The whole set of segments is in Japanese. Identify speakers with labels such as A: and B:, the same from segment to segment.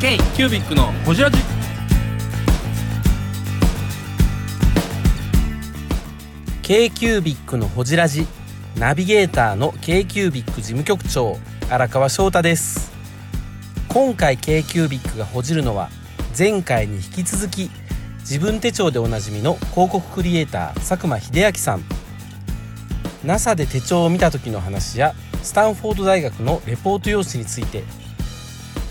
A: ケイキュービックのホジラジ
B: 「KQBIC のほじラジ」ナビゲーターの KQBIC 事務局長荒川翔太です今回 KQBIC がほじるのは前回に引き続き自分手帳でおなじみの広告クリエイター佐久間秀明さん NASA で手帳を見た時の話やスタンフォード大学のレポート用紙について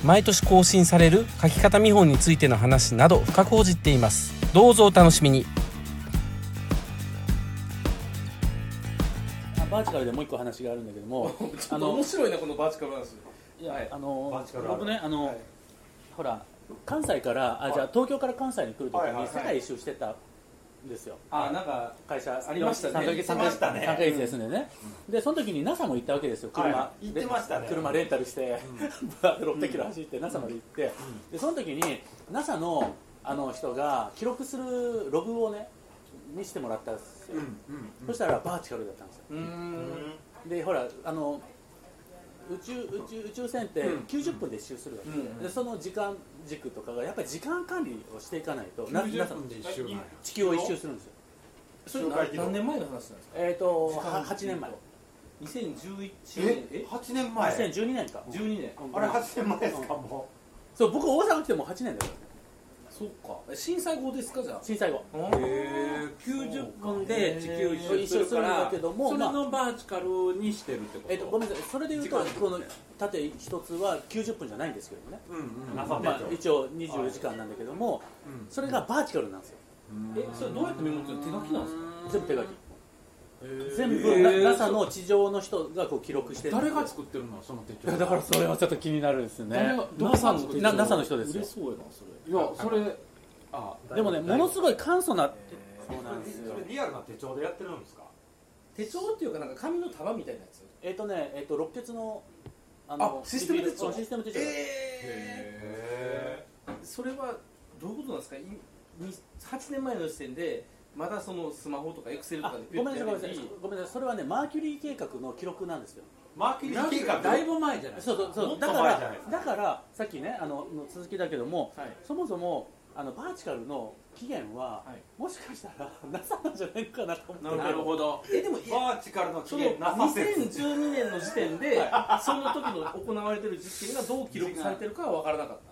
B: 毎年更新される書き方見本についての話など深く報じっていますどうぞお楽しみに
A: あバーチカルでもう一個話があるんだけど もあの
C: 面白いなこのバーチカル話
A: いや、
C: はい
A: あの
C: バーチカルある
A: 僕ねあの、
C: はい
A: ほら関西からあじゃあ東京から関西に来るとき
C: はいはいは
A: に
C: い
A: 世界一周してたんですよ、
C: あなんか
A: 会社
C: ありましたね
A: 3ヶ月
C: 行ってましたね
A: 3ヶ月ですんでね、でその時に NASA も行ったわけですよ車、
C: はい行ってましたね
A: 車レンタルして、バーッと600キロ走って NASA まで行って、でその時に NASA のあの人が記録するログをね見せてもらったんですよ、そしたらバーチカルだったんですよ
C: うん
A: でほらあの宇宙宇宙宇宙船って90分で一周するわけで,、でその時間軸とかがやっぱり時間管理をしていかないとなな
D: 分で一周なんや
A: 地球を一周するんですよ
C: それ何何年前の話なんですか
A: えっ、ー、とは8年前
C: 2011年
D: え8年前
A: 2012年か
C: 12年
D: あれ8年前ですかも
A: そう僕大阪来てもう8年だよ
C: そっかえ震災後ですかじゃあ
A: 震災後
D: へ
E: 90分で地球一周するか
A: 一周するんだ
E: ら
A: けども
E: それのバーチカルにしてるってこと、
A: えっと、ごめんなさい、それでいうと、
E: 時間
A: この縦一つは90分じゃないんですけどもね、まあ、一応24時間なんだけども、それがバーチカルなんですよ、
C: えそれどうやってメモってるの手書きなんですか
A: 全部手書き、全
E: へ
A: 部、
E: ー
A: な NASA の地上の人がこう記録してる
E: 誰が作ってるのその手帳
A: いやだからそれはちょっと気になるんですね
C: 誰がどこ
A: NASA の
C: 作ってる
A: な NASA の人です
C: 売
A: よ
C: れそうやなそれ
E: いやそれあ
A: でもねものすごい簡素なそうなんですよ
D: それリアルな手帳でやってるんですか
C: 手帳っていうかなんか紙の束みたいなやつ
A: えっ、とねえっ、と六鉄のあの
C: あシステム手帳
A: システム手帳
C: え
D: へ
C: それはどういうことなんですかいに8年前の時点でまだそのスマホとかエクセルと
A: あ
C: かでピュ
A: ご
C: ッ
A: めんなさいごめんなさ
C: てや
A: い
C: るより
A: ごめんなさいそれはねマーキュリー計画の記録なんですよ
D: マーケティング計画
E: だいぶ前じゃない
A: そうそう
D: も
A: そう
D: っ
A: だ
D: と
A: か
D: 前じゃない
A: ら
D: ですか
A: だからさっきねあのの続きだけども
C: はい
A: そもそもあのバーチカルの期限は、
C: はい
A: もしかしたら NASA なんじゃないかなと思って
E: なるほど
C: えでもい
D: バーチカルの
C: そ
D: 期
C: の
D: 限なさせ
C: 2012年の時点でその時の行われてる実験がどう記録されてるかは分からなかった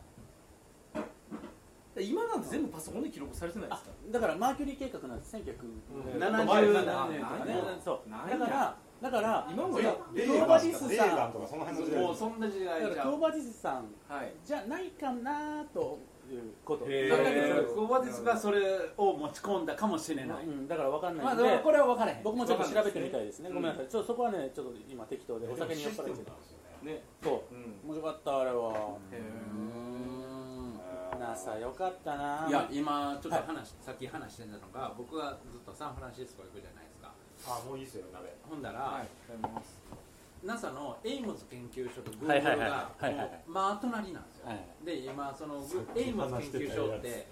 C: 今なんて全部パソコンで記録されてないで
A: あ
C: すか
A: だからマーキュリー計画なんて1977
D: うん
A: 年とかね
D: うん
A: そう
E: ない
A: だからだから
C: 今も
A: そ
C: や
A: のク
D: レ
A: ロ
D: ー
A: ーバ
D: ガ
A: デ
D: ン
A: ィ
D: とか
A: ス
D: レ
A: さ
D: ーガ
A: ん
D: ンとかその辺の時代
E: もうそんな時
A: だ
E: 代
A: から
E: じ
A: ク
E: ゃ
A: ロー
E: ん
A: バディスさん
C: はい
A: じゃないかなということ
D: へー
E: だけどクローバディスがそれを持ち込んだかもしれない、
A: うん、だからわかんない
E: まあ
A: んで、
E: だからこれは分からへん
A: 僕もちょっと調べてみたいですね、
E: わ
A: ご
E: かんな
A: め
E: んい
A: なさい、ちょっとそこはね、ちょっと今適当で、お酒に酔っ払ってた、
C: ね
A: そう、面白かった、あれは、
C: へ
E: うん
A: なさ、よかったな、
E: いや今ちょっと話、さっき話してたのが僕はずっとサンフランシスコ行くじゃないですか
D: あもういいっすよ鍋
E: ほんだら、
C: はい
E: NASA のエイムズ研究所とグ
A: は
E: ー
A: い
E: グ
A: は
E: ル
A: いは
E: が
A: いはいはいはい
E: 真隣なんですよ、
A: はい
E: で今その
D: さっき
E: エイムズ研究所っ
D: 話してたや
E: て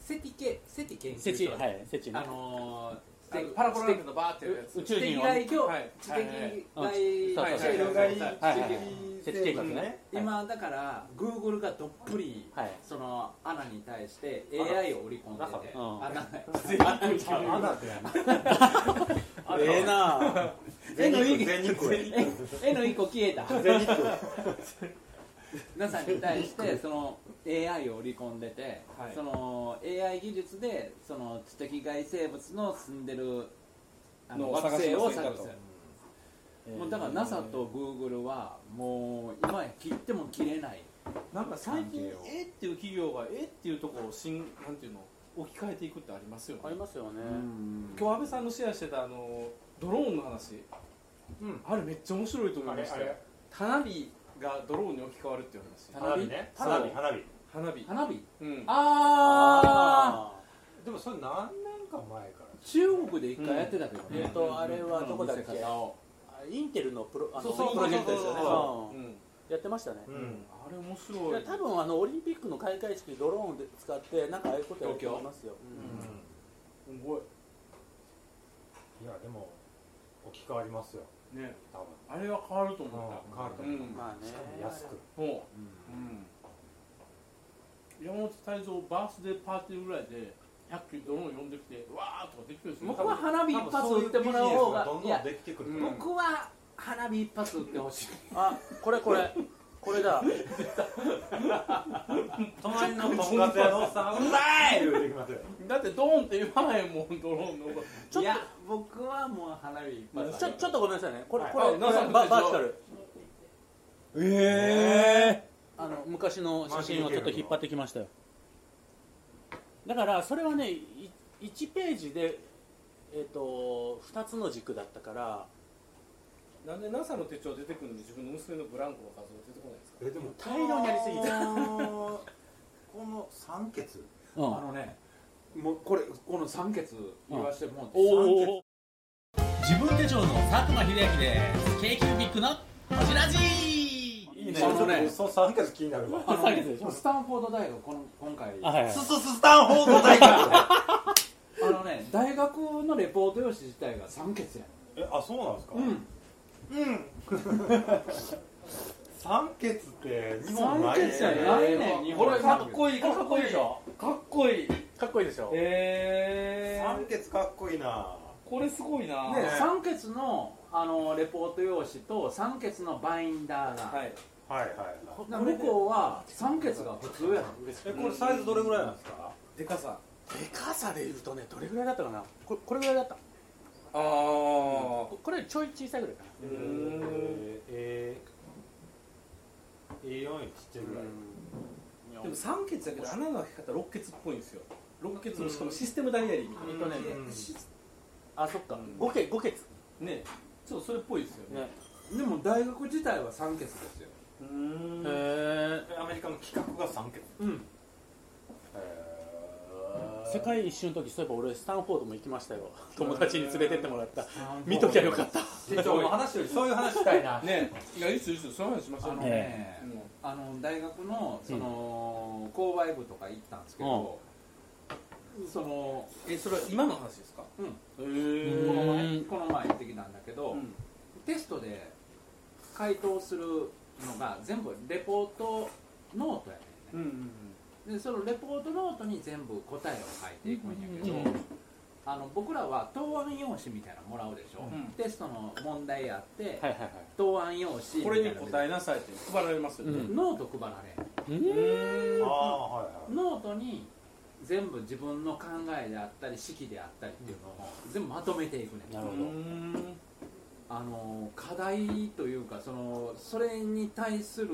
E: セティケセティ研
A: せち、
E: 究所、
A: はい、せち
E: あ
A: ね、
E: の
C: あ
E: ー
C: のパラボランテのバーってやるやつ
A: 宇
E: 知
A: 宙
E: 的
A: 人を、
E: 外教
C: はい
E: 知的
A: はい
E: 外
A: はい
C: はい
D: 広がり
A: はい
D: 知
A: せ
D: 的
A: ち計画
D: 成分
A: ね、
E: 今だからグーグルがどっぷり
A: はい
E: その穴に対して AI を織り込んでて
A: うん
E: あなんか
D: あなんてやん
A: ええな、
E: 絵のいい
D: 全日空や
E: 絵の一個消え た
D: 全日空
E: NASA に対してその AI を織り込んでて、
C: はい
E: その AI 技術でその知的外生物の住んでるあの
C: のを
E: 惑星を
C: 探し
E: 探
C: ませんか
E: すもうだから NASA と Google はもう今や切っても切れない
C: なんか最
E: 関
C: 近
E: 係を
C: えっていう企業がえっていうところを新なんていうの置き換えていくってありますよね
A: ありますよね、
C: 今日安倍さんのシェアしてたあのドローンの話、
D: うん
C: あれめっちゃ面白いと思いましたよ花火がドローンに置き換わるっていう話
D: 花火ね
A: 花
D: 花
A: 火
D: 火花火
C: 花火
E: 花火
C: うん
E: ああ
D: でもそれ何年か前から
E: 中国で一回やってたけど
A: ー、えっ
E: ね、
A: と、あれはどこだっけ
E: 見せ、方を
A: あインテルのプロあの
D: そうそう
A: プロジェクトですよね
D: そうそうそ
C: うん、
A: うん、やってましたね。
D: うん
C: あれ面
A: い
C: 白
A: や
C: い
A: 多分あのオリンピックの開会式ドローンで使ってなんかああいうことやると思いますよ、
C: すご
D: いやでも置き換わりますよ
C: いね
D: 多分
C: あれは変わると
D: 変
C: 思っ
D: わると
C: た
D: 思う
C: うん
A: まあね
D: しかも安く
C: もう、
E: う
C: うん、山本泰造バースデーパーティーぐらいで100球ドローン呼んできてわーとかできてるんですよ
E: 僕は花火一発打ってもらう方が
D: 多分そういうビジネスどん
E: い
D: ど
E: や
D: んできてくると
C: い
D: 思
C: や
D: う
E: 僕は花火一発打ってほしい
A: あこれこれこれだ
D: 隣のとんかつ屋のおっさんが「うまい!」言うてきますよ
C: だってドーンって言わないもんドローンの方が
A: ちょっと
E: いや僕はもう花火一発
A: ちょちょっとごめんなさいねこれこれ
C: あ
A: これバ
C: なさん
A: バ
C: どう
A: ー
C: でしょう
A: チカル
D: え
A: あの昔の写真をちょっと引っ張ってきましたよだからそれはねい1ページで、えっと2つの軸だったから
C: なんで NASA の手帳出てくるのに自分の娘のブランコの画像出てこないんですか
D: えでも
A: 大量にやりすぎて
E: こ
D: の三欠
A: うん
E: のあのねもうこれこの三欠言わしてもう
A: おお
B: 自分手帳の佐久間秀明です。k q ビックのホジラジ
E: いいね
D: そ
E: あのね
D: そう三欠気になるわ
E: あの
A: 三欠
E: ね
A: でしょ
E: スタンフォード大学この今回
A: あはいはい
D: スススタンフォード大学
E: あのね大学のレポート用紙自体が三欠や
D: えあそうなんですか
E: ねん
D: 三欠って日本
E: 三
D: ない
E: 欠や
D: ね
E: ないねん日本
C: これかっこいい
A: これかっこいいでしょ
C: かっこいい
A: かっこいいでしょ
C: えー、
D: 三欠かっこいいな
C: これすごいな、
E: ね三欠のあのレポート用紙と三欠のバインダーが、
C: はい
D: はいはいはい
E: な向こうは三欠が普通やねん
D: えこれサイズどれぐらいなんですか
C: でかさ
A: でかさで言うとねどれぐらいだったかなこれこれぐらいだった
C: ああ
A: ここれよりちょい小さいぐらいかな
D: え
C: ん
D: ーえー A4 よりちっちゃいぐらい
C: でも三欠だけど穴の開け方六欠っぽいんですよ六欠のしかもシステムダイアリーみたい
A: えっとね
D: うん
A: あそっか5ケ5ケツ
C: なねちょっとそれっぽいですよね
A: ね
E: でも大学自体は三欠ですよ
C: うん
A: へ
D: アメリカの企画が三欠
E: うん
D: へー
A: 世界一周の時そういえば俺スタンフォードも行きましたよ友達に連れてってもらった見
E: 見
A: と
E: と
A: き
E: き
A: ゃ
E: ゃ
A: よ
E: よか
A: かった
D: 手帳の話よりそういう話したいな
C: ねいやいいっすよいいっすよ その話しましょ
E: あ
C: う
E: の
C: ね
E: ね、あの大学のその、購買部とか行ったんですけど、その
C: えそれは今の話ですか
E: うん
C: へえ
E: この
A: う
E: 前
A: ん
E: この前行ってきたんだけど、
C: うん
E: テストで回答するのが全部レポートノートやねんね
C: うんうん
E: でそのレポートノートに全部答えを書いていくんやけど、
A: うんうんうん
E: あの僕らは答案用紙みたいなのもらうでしょ、
C: うん
E: テストの問題やって、
A: はいはいはい
E: 答案用紙
C: これに
E: みたい
C: 答えなさいって配られますよ
A: う
C: ね
E: なノート配られん
A: うん
D: ああはいはい
E: ノートに全部自分の考えであったり式であったりっていうのを全部まとめていくね
A: なるほ
C: う
A: ど
C: ん
E: あの課題というかそのそれに対する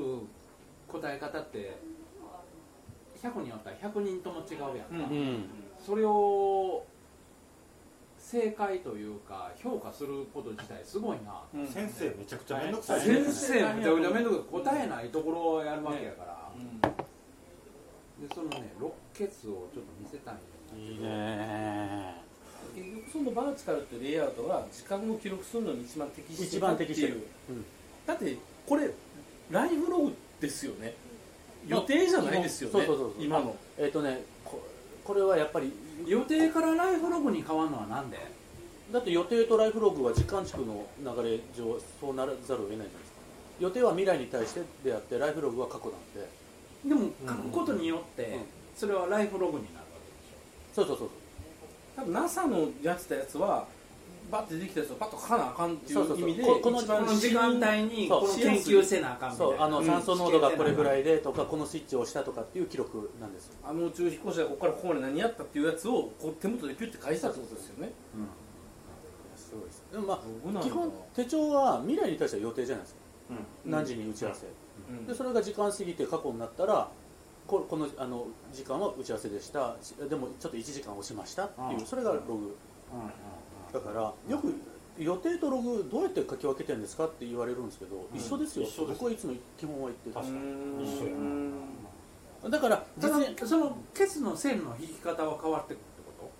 E: 答え方って100人あったら100人とも違うやんか、
C: うん
A: うん
E: それを正解というか評価すること自体すごいな
C: うん
D: 先生めちゃくちゃ面倒くさい
E: 先生めちゃめちゃ面倒くさい答えないところをやるわけやから、
C: うん
E: でそのね六欠をちょっと見せたいんだけど
A: いいね
C: 結局そのバーチカルってレイアウトは時間を記録するのに一番適して
A: 一番適して
C: る
A: るうん
C: だってこれライフログですよね予定じゃないですよね
A: そうそうそうそう
C: 今の
A: えっとねここれはやっぱり
E: 予定からライフログに変わるのはなんで
A: だって予定とライフログは時間軸の流れ上そうならざるを得ないじゃないですか予定は未来に対してであってライフログは過去なんで
E: でも書くことによって
A: うん
E: それはライフログになるわ
A: そうそうそう
C: 多分 NASA のやってたやつはバッてできたやつをパッと書かなあかんってい
A: そうそう
C: う
A: そう
C: 意味で
A: ここの
C: 一
E: けでしょ
C: 番
E: この時間帯に
A: そう
E: この研究せなあかんみたい
A: そう
E: な
A: あの
C: うん
A: 酸素濃度がこれぐらいでとかこのスイッチを押したとかっていう記録なんですよ
C: あの宇宙飛行士がここからここまで何やったっていうやつをこう手元でピュッて返したってことですよね
A: すごいですでもま
C: 僕な
A: あ
C: んか
A: 基本手帳は未来に対しては予定じゃないですか、
C: うん
A: 何時に打ち合わせ、
C: うん
A: でそれが時間過ぎて過去になったらここのあの時間は打ち合わせでしたしでもちょっと1時間押しましたっていう
E: うん
A: それがログだからよく予定とログどうやって書き分けてるんですかって言われるんですけど、一緒ですよ
D: 一緒です
A: 僕はいつも基本は言っ
D: 確
A: て
D: か
C: うん
D: 一緒やな
A: るだから
E: た
A: 別
E: だ
A: に
E: そのケツの線の引き方は変わってくるってこ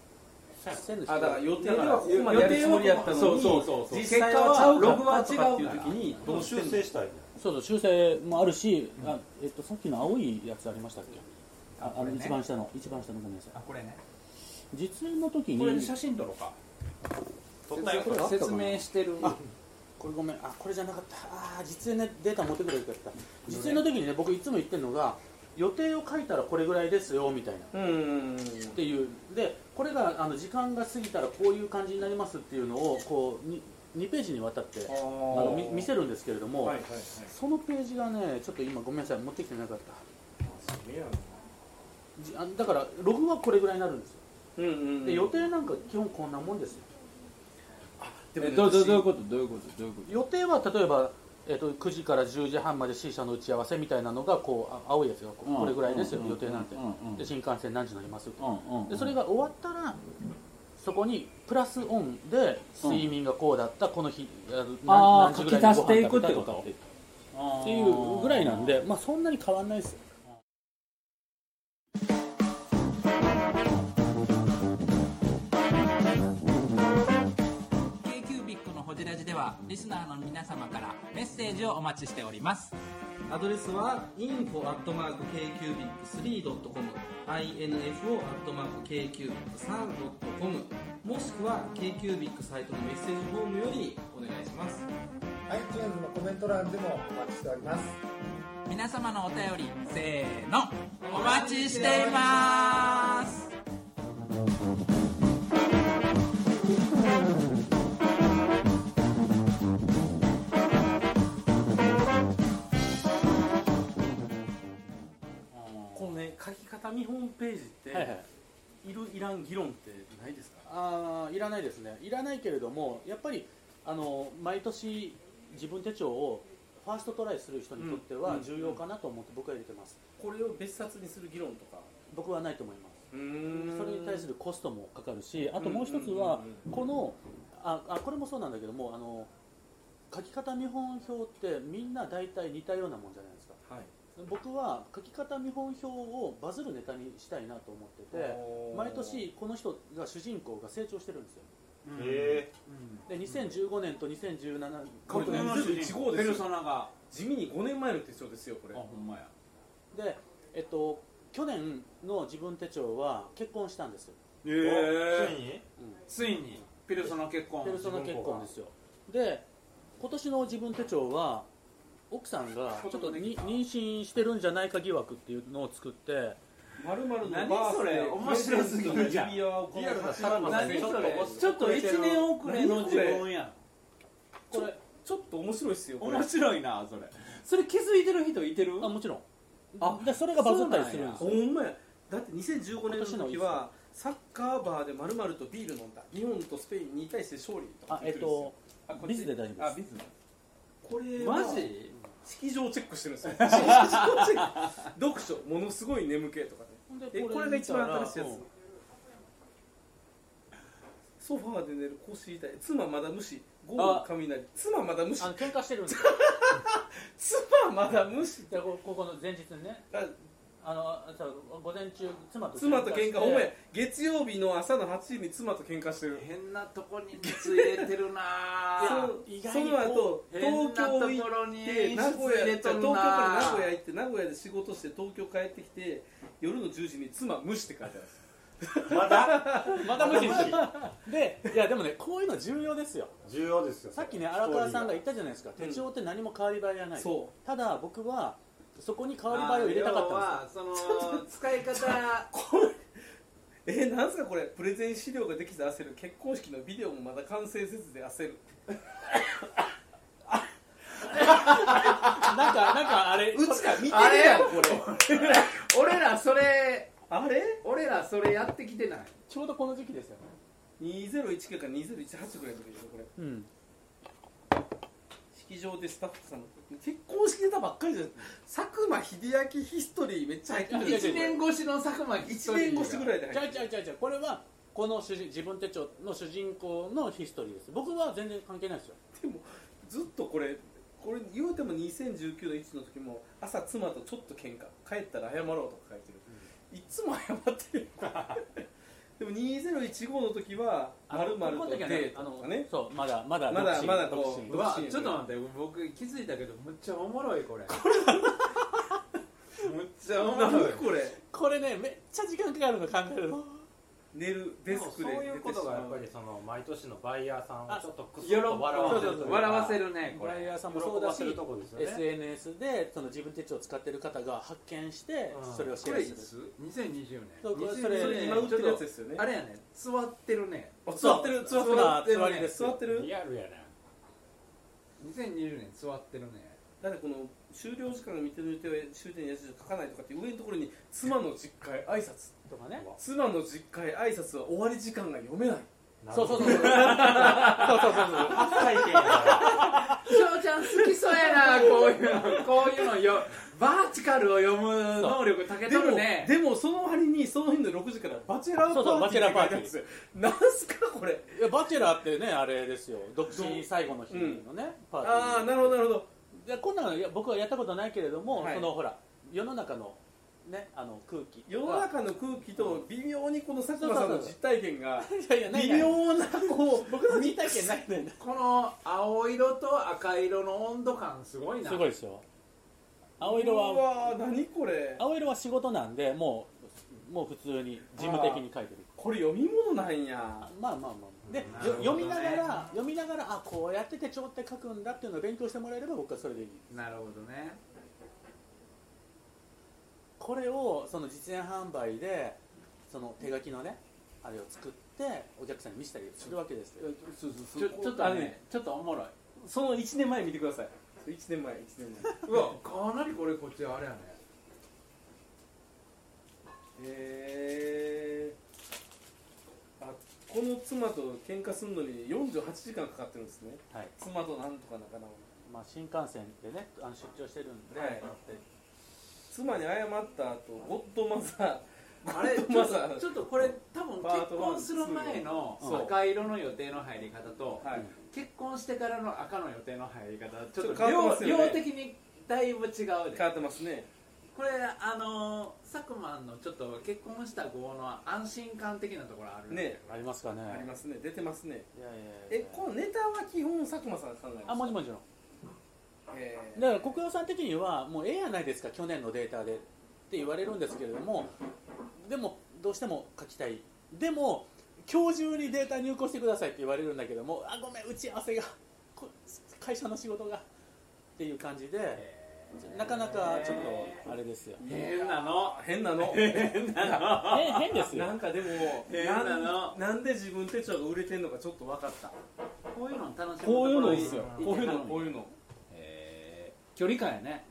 A: 線で
C: あだから予定ではここま
E: と
C: でやるつもりやったのに
E: そうそうそうそう
C: 実際はちゃうかったとかっていう時
E: 結
C: に
D: ど
C: ど
D: う
C: うし
D: 修
C: てんの
D: 正したいの
A: そうそう修正もあるし、あえっとさっきの青いやつありましたっけああ
E: こ
A: の
E: れね
A: 一番下の一番下のごめんなさい
E: あこれね
A: 実演の時に
E: これで写真撮ろうか
D: 取ったよ
A: これは
E: 説明してる
A: あこれごめんあこれじゃなかったあー実演のデータ持ってくればよかった実演の時にね僕いつも言ってるのが予定を書いたらこれぐらいですよみたいなっ
C: うんうん
A: ていうでこれがあの時間が過ぎたらこういう感じになりますっていうのをこうに 2, ページにわたって
C: あ
A: あのみ見せ
C: る
A: るんですけれども、
C: はいはいはい
A: そのページがねちょっと今ごめんなさい持ってきてなかった
C: それや
A: じあだからログはこれぐらいになるんですよ
C: なうんうん
A: で予定なんか基本こんなもんですよ
C: でも
E: え
C: ね
E: どうどう
C: 私
E: どういうことどういうことどういうこ
A: 予定は例えば、えっと9時から10時半まで C 社の打ち合わせみたいなのがこうあ青いやつがこう
E: と
A: これぐらいですよ、
E: うん
A: 予定なんて、
E: うんうん
A: で新幹線何時になりますと、
E: うんうん
A: でそれが終わったらそこにプラスオンで睡眠がこうだった、この日あの
E: あー
A: 何時ぐらいに
E: 書き足
A: ご
E: してい
A: 飯
E: く
A: 食
E: っ
A: べた
E: て
A: と
E: こ
A: か
E: と
A: っ
E: って
A: いうぐらいなんで、まあ、そんなに変わんないですよ
F: ケイキュービックのホジラジではリスナーの皆様からメッセージをお待ちしております。
C: アドレスは info.kcubic3.com info.kcubic3.com もしくは KQBIC サイトのメッセージフォームよりお願いし ます
G: iTunes のコメント欄でもお待ちしております
F: 皆様のお便り、せーの、お待ちしています。
C: このね書き方見本ページって、
A: はい
C: い
A: はい
C: るいらん議論ってないですか
A: あーいらないですねいらないけれどもやっぱりあの毎年自分手帳をファーストトライする人にとって
C: うん
A: は
C: うん
A: 重要かなと思って僕は入れてます、
C: これを別冊にする議論とか
A: 僕はないと思います
C: うーん
A: それに対するコストもかかるしあともう一つ
C: うん
A: は
C: うんうん
A: このああこれもそうなんだけどもあの書き方見本表ってみんな大体似たようなもんじゃないですか
C: はい
A: 僕は書き方見本表をバズるネタにしたいなと思ってて
C: おー
A: 毎年この人が主人公が成長してるんですよ
D: え
A: で2015年と2017年
C: これね全部1号で
E: ペ
C: すよ
E: ルソナがあ
C: 地味に5年前の手帳ですよこれ
E: ほんまや
A: で、えっと、去年の自分手帳は結婚したんですよ、
E: え
D: えー、つい
E: つ
D: に
E: いにペルソナ結婚
A: ペルソナ結婚ですよで今年の自分手帳は奥さんがちょっとに妊娠してるんじゃないか疑惑っていうのを作って
C: まるまるの
E: 何それ面白すぎるじゃん
C: 指輪をこの
E: 何それちょっと1年遅れの自分やん
A: これ
C: ちょっと面白いっすよこれ
E: 面白いなそれそれ気づいてる人いてる
A: あもちろん
E: あ
A: でそれがバズったりするんです
C: ほ
A: よ
C: んまやだって2015年の時はサッカーバーでまるまるとビール飲んだ日本とスペインに対して勝利と
A: あ
C: か
A: えっと
C: こっち
A: ビズで大丈夫です
C: ビズこれは
E: マジ
C: 式場チェックしてるんですよ式場チェック読書ものすごい眠気とかねえこれが一番新しいやつソファーで寝る腰痛い妻まだ無視ゴー雷妻まだ無視
A: あの喧嘩してるんですよ
C: 妻まだ無視
A: でこここの前日にね
C: あ
A: あのそう午前中妻と
C: 妻と喧嘩お
A: め
C: 前月曜日の朝の8時に妻と喧嘩してる
E: 変なとこに熱入れてるなぁ
C: そうその後東京行っ
E: ろに
C: て名古屋東京から名古屋行って名古屋で仕事して東京帰ってきて夜の10時に妻無視って書いてあるんですよ
D: また
A: また無視してる でいやでもねこういうの重要ですよ
D: 重要ですよ
A: さっきね荒川さんが言ったじゃないですか手帳って何も変わり映えがない、
C: そ
A: ただ僕はそこに変わり映えを入れたかったんで
E: んですよその使い方
C: えー、なんすかこれプレゼン資料ができて焦る結婚式のビデオもまだ完成せずで焦る
A: すよなんかなんかあれ
C: うちら見てる
E: あれ
C: やんこれ
E: 俺らそれ
C: あれ
E: 俺らそれやってきてない
A: ちょうどこの時期ですよね
C: 2019か2018ぐらいの時でしょこれ
A: うん
C: 式場でスタッフさん結婚式ネタばっかりじゃない佐久間秀明ヒストリーめっちゃ入ってる
A: いやいや
E: 1年越しの佐久間
C: 1年越しぐらいで
A: じ
C: 入
A: ゃあ
C: って
A: じゃあじゃあじゃあこれはこの主人自分手帳の主人公のヒストリーです僕は全然関係ないですよ
C: でもずっとこれこれ言うても2019の1の時も朝妻とちょっと喧嘩帰ったら謝ろうとか書いてる、いつも謝ってる でも2015の時は「まるまる
A: ことの
C: デ
A: 時は
C: ー
A: ねあ
C: ト」
A: のそ
C: とかね
A: うまだまだ
C: まだ
A: 独身
C: まだこう
A: 独身
E: うわ
C: 独身
E: ちょっと待って僕気づいたけどむっちゃおもろいこれむっちゃおもろい
C: 何これ
A: これねめっちゃ時間かかるの考えるの
C: 寝る
D: で
C: デ
D: も
C: スク
D: そう
C: で
D: いう
C: 寝て
D: こ
C: し
D: と
C: まう
D: がやっぱりその毎年のバイヤーさんをちょっとくすっ
E: 喜
D: と笑わせるというか
E: 笑わせるねこ
A: バイ
E: れ
A: ヤーさんもそうだし
D: 喜ばせるとこですよね
A: SNS でその自分手帳を使ってる方が発見して
D: うん
A: それをシ
E: こ
A: ェ
E: れ
A: ア
E: い
A: する
E: つ2020年
A: そうこれ
E: 2020
A: それ
C: それ今売ってるやつですよね
E: あれやね座ってるね
C: あ座ってる座っ
A: 座っ
C: てる
A: てる
E: 座って
A: 座り
E: る
A: で
E: ね
A: す
C: 座ってる
D: リアルやな
E: 2020年座ってるね
C: だってこの終了時間が見てる予定は終点にやつ書かないとかって上のところに妻の実家へ挨拶
A: とかね
C: 妻の実家へ挨拶は終わり時間が読めない
A: そうそうそうそ
D: なる
A: うそうそうそう
D: ほど初体験やな
E: 翔ちゃん好きそうやなこういうのこういうのよバーチカルを読む能力たけ
C: で
E: と
C: も
E: るね
C: でもその割にその日の6時からバチェラーパーテ
A: そ
C: ィー
A: うそうバチェラーパーティー
C: って書いてあるんですよなんすかこれ
A: いやバチェラーってねあれですよ独身最後の日のね、パーティー
C: ああなるほどなるほど
A: いやこんなのいや僕はやったことないけれども、
C: はい
A: そのほら世の中のねあの空気
C: 世の中の空気と微妙にこの佐久間さんの実体験が
A: いやいやない
C: 微
A: ない
C: 妙なこう
A: 僕の実体験ないんだよね
E: この青色と赤色の温度感すごいな
A: すごいですよ青色
C: う
A: は
C: わー何これ
A: 青色は仕事なんでもうもう普通に事務的に書いてる
C: これ読み物なんや
A: あまあまあまあで、
E: なる
A: よ
E: ほどね
A: 読みながら読みながらあこうやって手帳って書くんだっていうのを勉強してもらえれば僕はそれでいい
E: なるほどね
A: これをその実演販売でその手書きのねあれを作ってお客さんに見せたりするわけですよ
E: ちょちょっとねちょっとおもろい
C: その1年前見てください1年前1年前
E: うわかなりこれこっちあれやね
C: えー、あこの妻と喧嘩するのに48時間かかってるんですね
A: はい
C: 妻となんとか仲直り
A: まあ、新幹線でねあの出張してるんで、
C: はい
A: 乗って
C: 妻に謝った後ゴッドマザ
E: あれちょ
C: ま
E: っ
C: さ
E: とちょっとこれ多分
C: パー
E: 結
C: トワン
E: 婚する前の
C: そう
E: 赤色の予定の入り方と
C: ーはい
E: 結婚してからの赤の予定の入り方ちょっ
C: ちょっと変わっ
E: と
C: てま
E: 量
C: すよね
E: 量的にだいぶ違うで
C: 変わってますね
E: これあのー佐久間のちょっと結婚した子の安心感的なところある
C: ね
A: ありますかね
C: ありますね出てますね
A: いやいやいやいや
C: えこのネタは基本佐久間さんが考えます
A: あもちろんもちろん
C: えー
A: だから国用さん的にはもうええやないですか去年のデータでって言われるんですけれどもでもどうしても書きたいでも今日中にデータ入稿してくださいって言われるんだけどもあごめん打ち合わせがこ会社の仕事がっていう感じでなかなかちょっとあれですよ
E: 変なの
C: 変なの
E: 変なの
A: 変変です
C: な
A: よ
C: んかでも
E: 変なの
C: んなんで自分手帳が売れてんのかちょっと分かった
E: こういうの楽しむ
C: こういうの
E: と
C: いいっ
E: こ
C: すよ
E: ろに
C: こういう
E: 行ってはる
C: のこういうの
E: へー距離感やね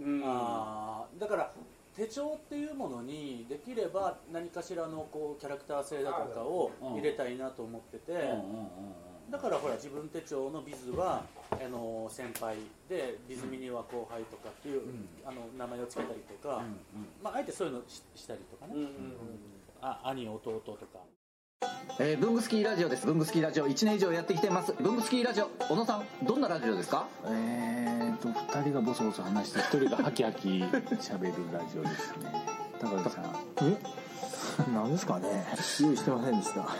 C: うん
A: あーだから手帳っていうものにできれば何かしらのこうキャラクター性だとかを入れたいなと思ってて、
E: うんうんうん
A: だからほら自分手帳のビズはあの先輩でビズミニは後輩とかっていう、
E: ん
A: あの名前をつけたりとか、
E: うんうん
A: まあ、あえてそういうのししたりとかね、
C: うんうん
A: あ兄弟とか
H: えー、ブングスキーラジオです。ブングスキーラジオ1年以上やってきてます。ブングスキーラジオ、小野さん、どんなラジオですか
I: えーと2人がボソボソ話して1人がハキハキ喋るラジオですね高橋さんえなんですかね用意してませんで した
H: あ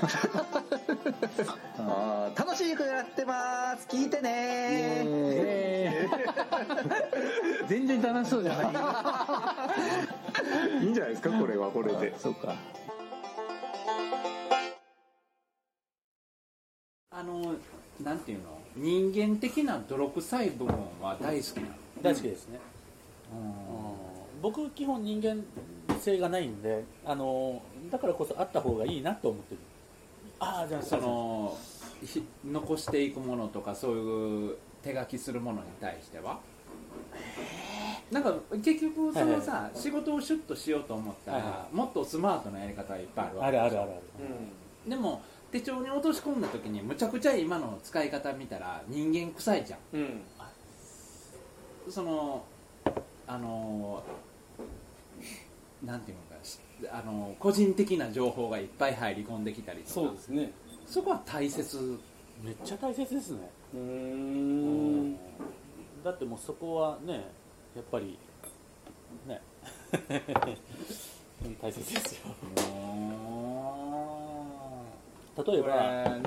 H: ー楽しくやってます。聞いてねー。
I: 全然楽しそうじゃないいいんじゃないですかこれはこれでそうか
E: あのなんていうの人間的な泥臭い部分は大好きな
A: 大好きですね、
E: の
A: うん僕基本人間性がないんであのだからこそあった方がいいなと思ってるああじゃあ
E: そ
A: その
E: のひ残していくものとかそういう手書きするものに対してはなんか結局そのさ、仕事をシュッとしようと思ったら、
A: はいは
E: もっとスマートなやり方がいっぱいあるわ
A: あ
E: け
A: るあるある
E: でも手帳に落とし込んだ時にむちゃくちゃ今の使い方見たら人間臭いじゃん
C: うんうん
E: そのあのなんていうのかしあの個人的な情報がいっぱい入り込んできたりとか
C: そうですね
E: そこは大切
A: めっちゃ大切ですね
C: うーん
A: だってもうそこはねやっぱりね うん大切ですよ例え
E: これ
A: ば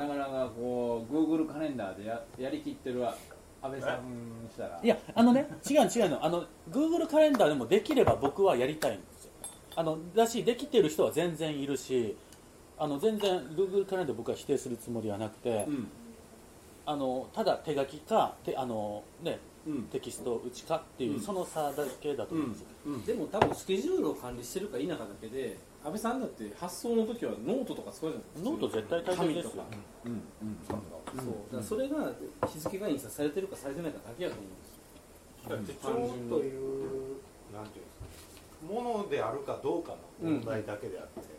E: なかなかこう Google カレンダーでややりきってるわ安倍さんにしたら
A: いやあのね違うの違うのあの Google カレンダーでもできれば僕はやりたいんですよあのだしできてる人は全然いるしあの全然 Google カレンダー僕は否定するつもりはなくて、
E: ん
A: あのただ手書きかてあの、ね
E: うん
A: テキスト打ちかってい
E: う
A: う、
E: ん
A: その差だけだと思うんですよ、
C: でも多分スケジュールを管理してるか否かだけで安倍さんだって発送の時はノートとか使うじゃない
A: ノート絶対大切ですよ
C: 紙とかそうだからそれが日付が印刷されてるかされてないかだけやと思うんですよ
D: 手帳というなんていうんですかものであるかどうかの問題だけであって、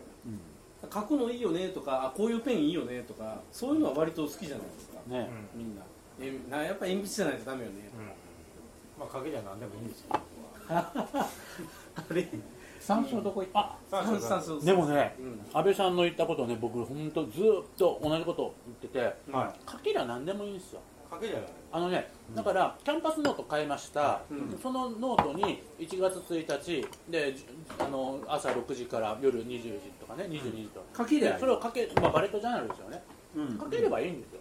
C: 書くのいいよねとかあこういうペンいいよねとかそういうのは割と好きじゃないですか、
A: ね
D: うん
C: みんなえなやっぱ鉛筆じゃないとダメよね
D: まあ影じゃ何でもいいんですけど
C: あれ
E: 山椒どこ行った
D: 僕は
C: 三三そう
A: でもね
C: うん
A: 安倍さんの言ったことをね僕本当ずーっと同じことを言ってて
D: は
A: 書きりゃ何でもいいんですよ
D: い影じゃない
A: あのねだからキャンパスノート買いました、
C: うん
A: そのノートに1月1日でじあの朝6時から夜20時とかね22時と
E: 書
A: か、
E: きで
A: でそれを書け、まあ、バレットジャーナルですよね、
E: うん
A: 書ければいいんですよ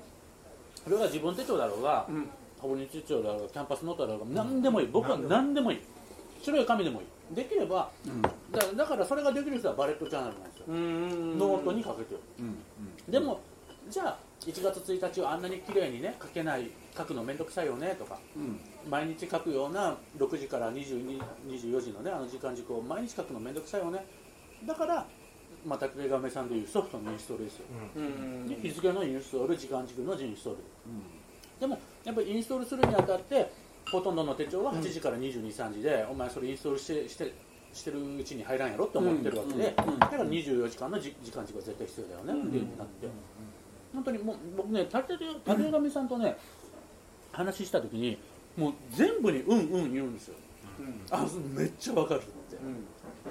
A: それが自分手帳だろうが
C: うん
A: ほぼ日手帳だろうがキャンパスノートだろうが何でもいい僕は何でもいい白い紙でもいいできれば
E: うん
A: だだからそれができる人はバレットジャーナルなんですよノートに書けてる
E: うん
A: でもじゃあ1月1日をあんなに綺麗にね書けない書くの面倒くさいよねとか
E: うん
A: 毎日書くような6時から22 24時のねあの時間軸を毎日書くの面倒くさいよねだからまた竹亀さんでいうソフトのインストールですよ、
C: うん
A: で日付のインストール時間軸のインストール、でもやっぱりインストールするにあたってほとんどの手帳は8時から2 2 3時で、お前それインストールしてしてしてるうちに入らんやろって思ってるわけで、
E: うんうん
A: だから24時間のじ時間軸は絶対必要だよねっていうふうになって、本当にもう僕ね竹竹上さんとね、話した時にもう全部にうんうん言うんですよ、あめっちゃわかるって、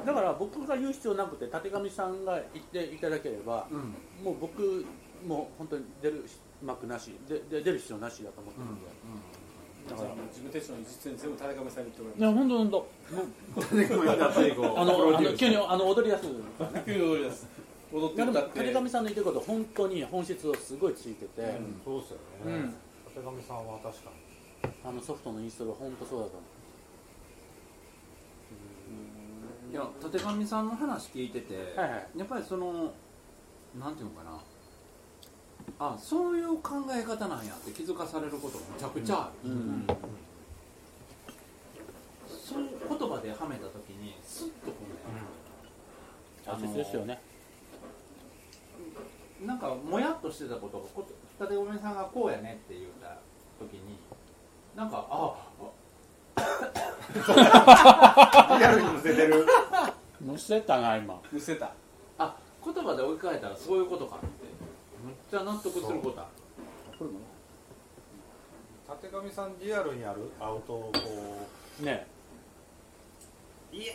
A: だから僕が言う必要なくて竹上さんが言っていただければ、
E: うん
A: もう僕も本当に出る幕なしでで出る必要なしだと思ってるんで、
C: だから自分たちの実演全部田中さんに言って
A: い
C: も
A: や本当本当 あのあの急にあの踊り出すからね
C: らいます急に踊り出す踊っ
A: い
C: て
A: やで
C: るんだ
A: も
C: って
A: 竹上さんの言ってること本当に本質をすごいついてて、
C: うん
D: そうですよ
C: う
D: ね
C: ん
D: たてがみさんは確かに
A: あのソフトのインストールは本当そうだと思う
E: いや立上さんの話聞いてて、
A: はいはい
E: やっぱりそのなんていうのかなあそういう考え方なんやって気づかされることがむちゃくちゃある、そういう言葉ではめた時にスッとこうね、
A: 大切ですよね
E: あのなんかもやっとしてたことがこ立上さんがこうやねって言った時になんかあ
D: リアルにむせてる
A: 乗せたな今
C: むせた
E: ああ言葉で追い換えたらそういうことかってむっちゃ納得することある
D: たてがみさんリアルにあるアウトをこ
A: ね
D: ういや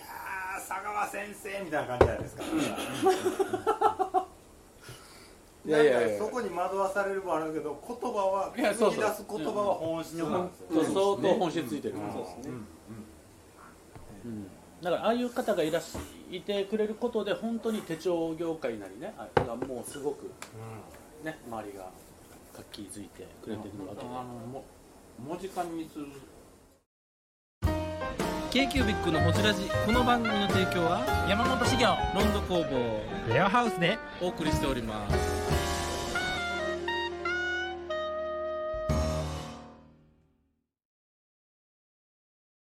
D: ー佐川先生みたいな感じじゃないですか
A: いやいやいや
D: なんかそこに惑わされるもあるけど言葉はい
A: やそう
D: 吹
A: そ
D: き
A: う
D: 出す言葉は本質なんですよ
A: そう相当本質ついてる、
D: うん
C: そうですね
A: うんだからああいう方がいらっしいてくれることで本当に手帳業界なりねあがもうすごくね周りが活気づいてくれてるわけで
E: あのも文字間にする
B: k q b i c のホジラジこの番組の提供は山本資源ロンド工房レアハウスでお送りしております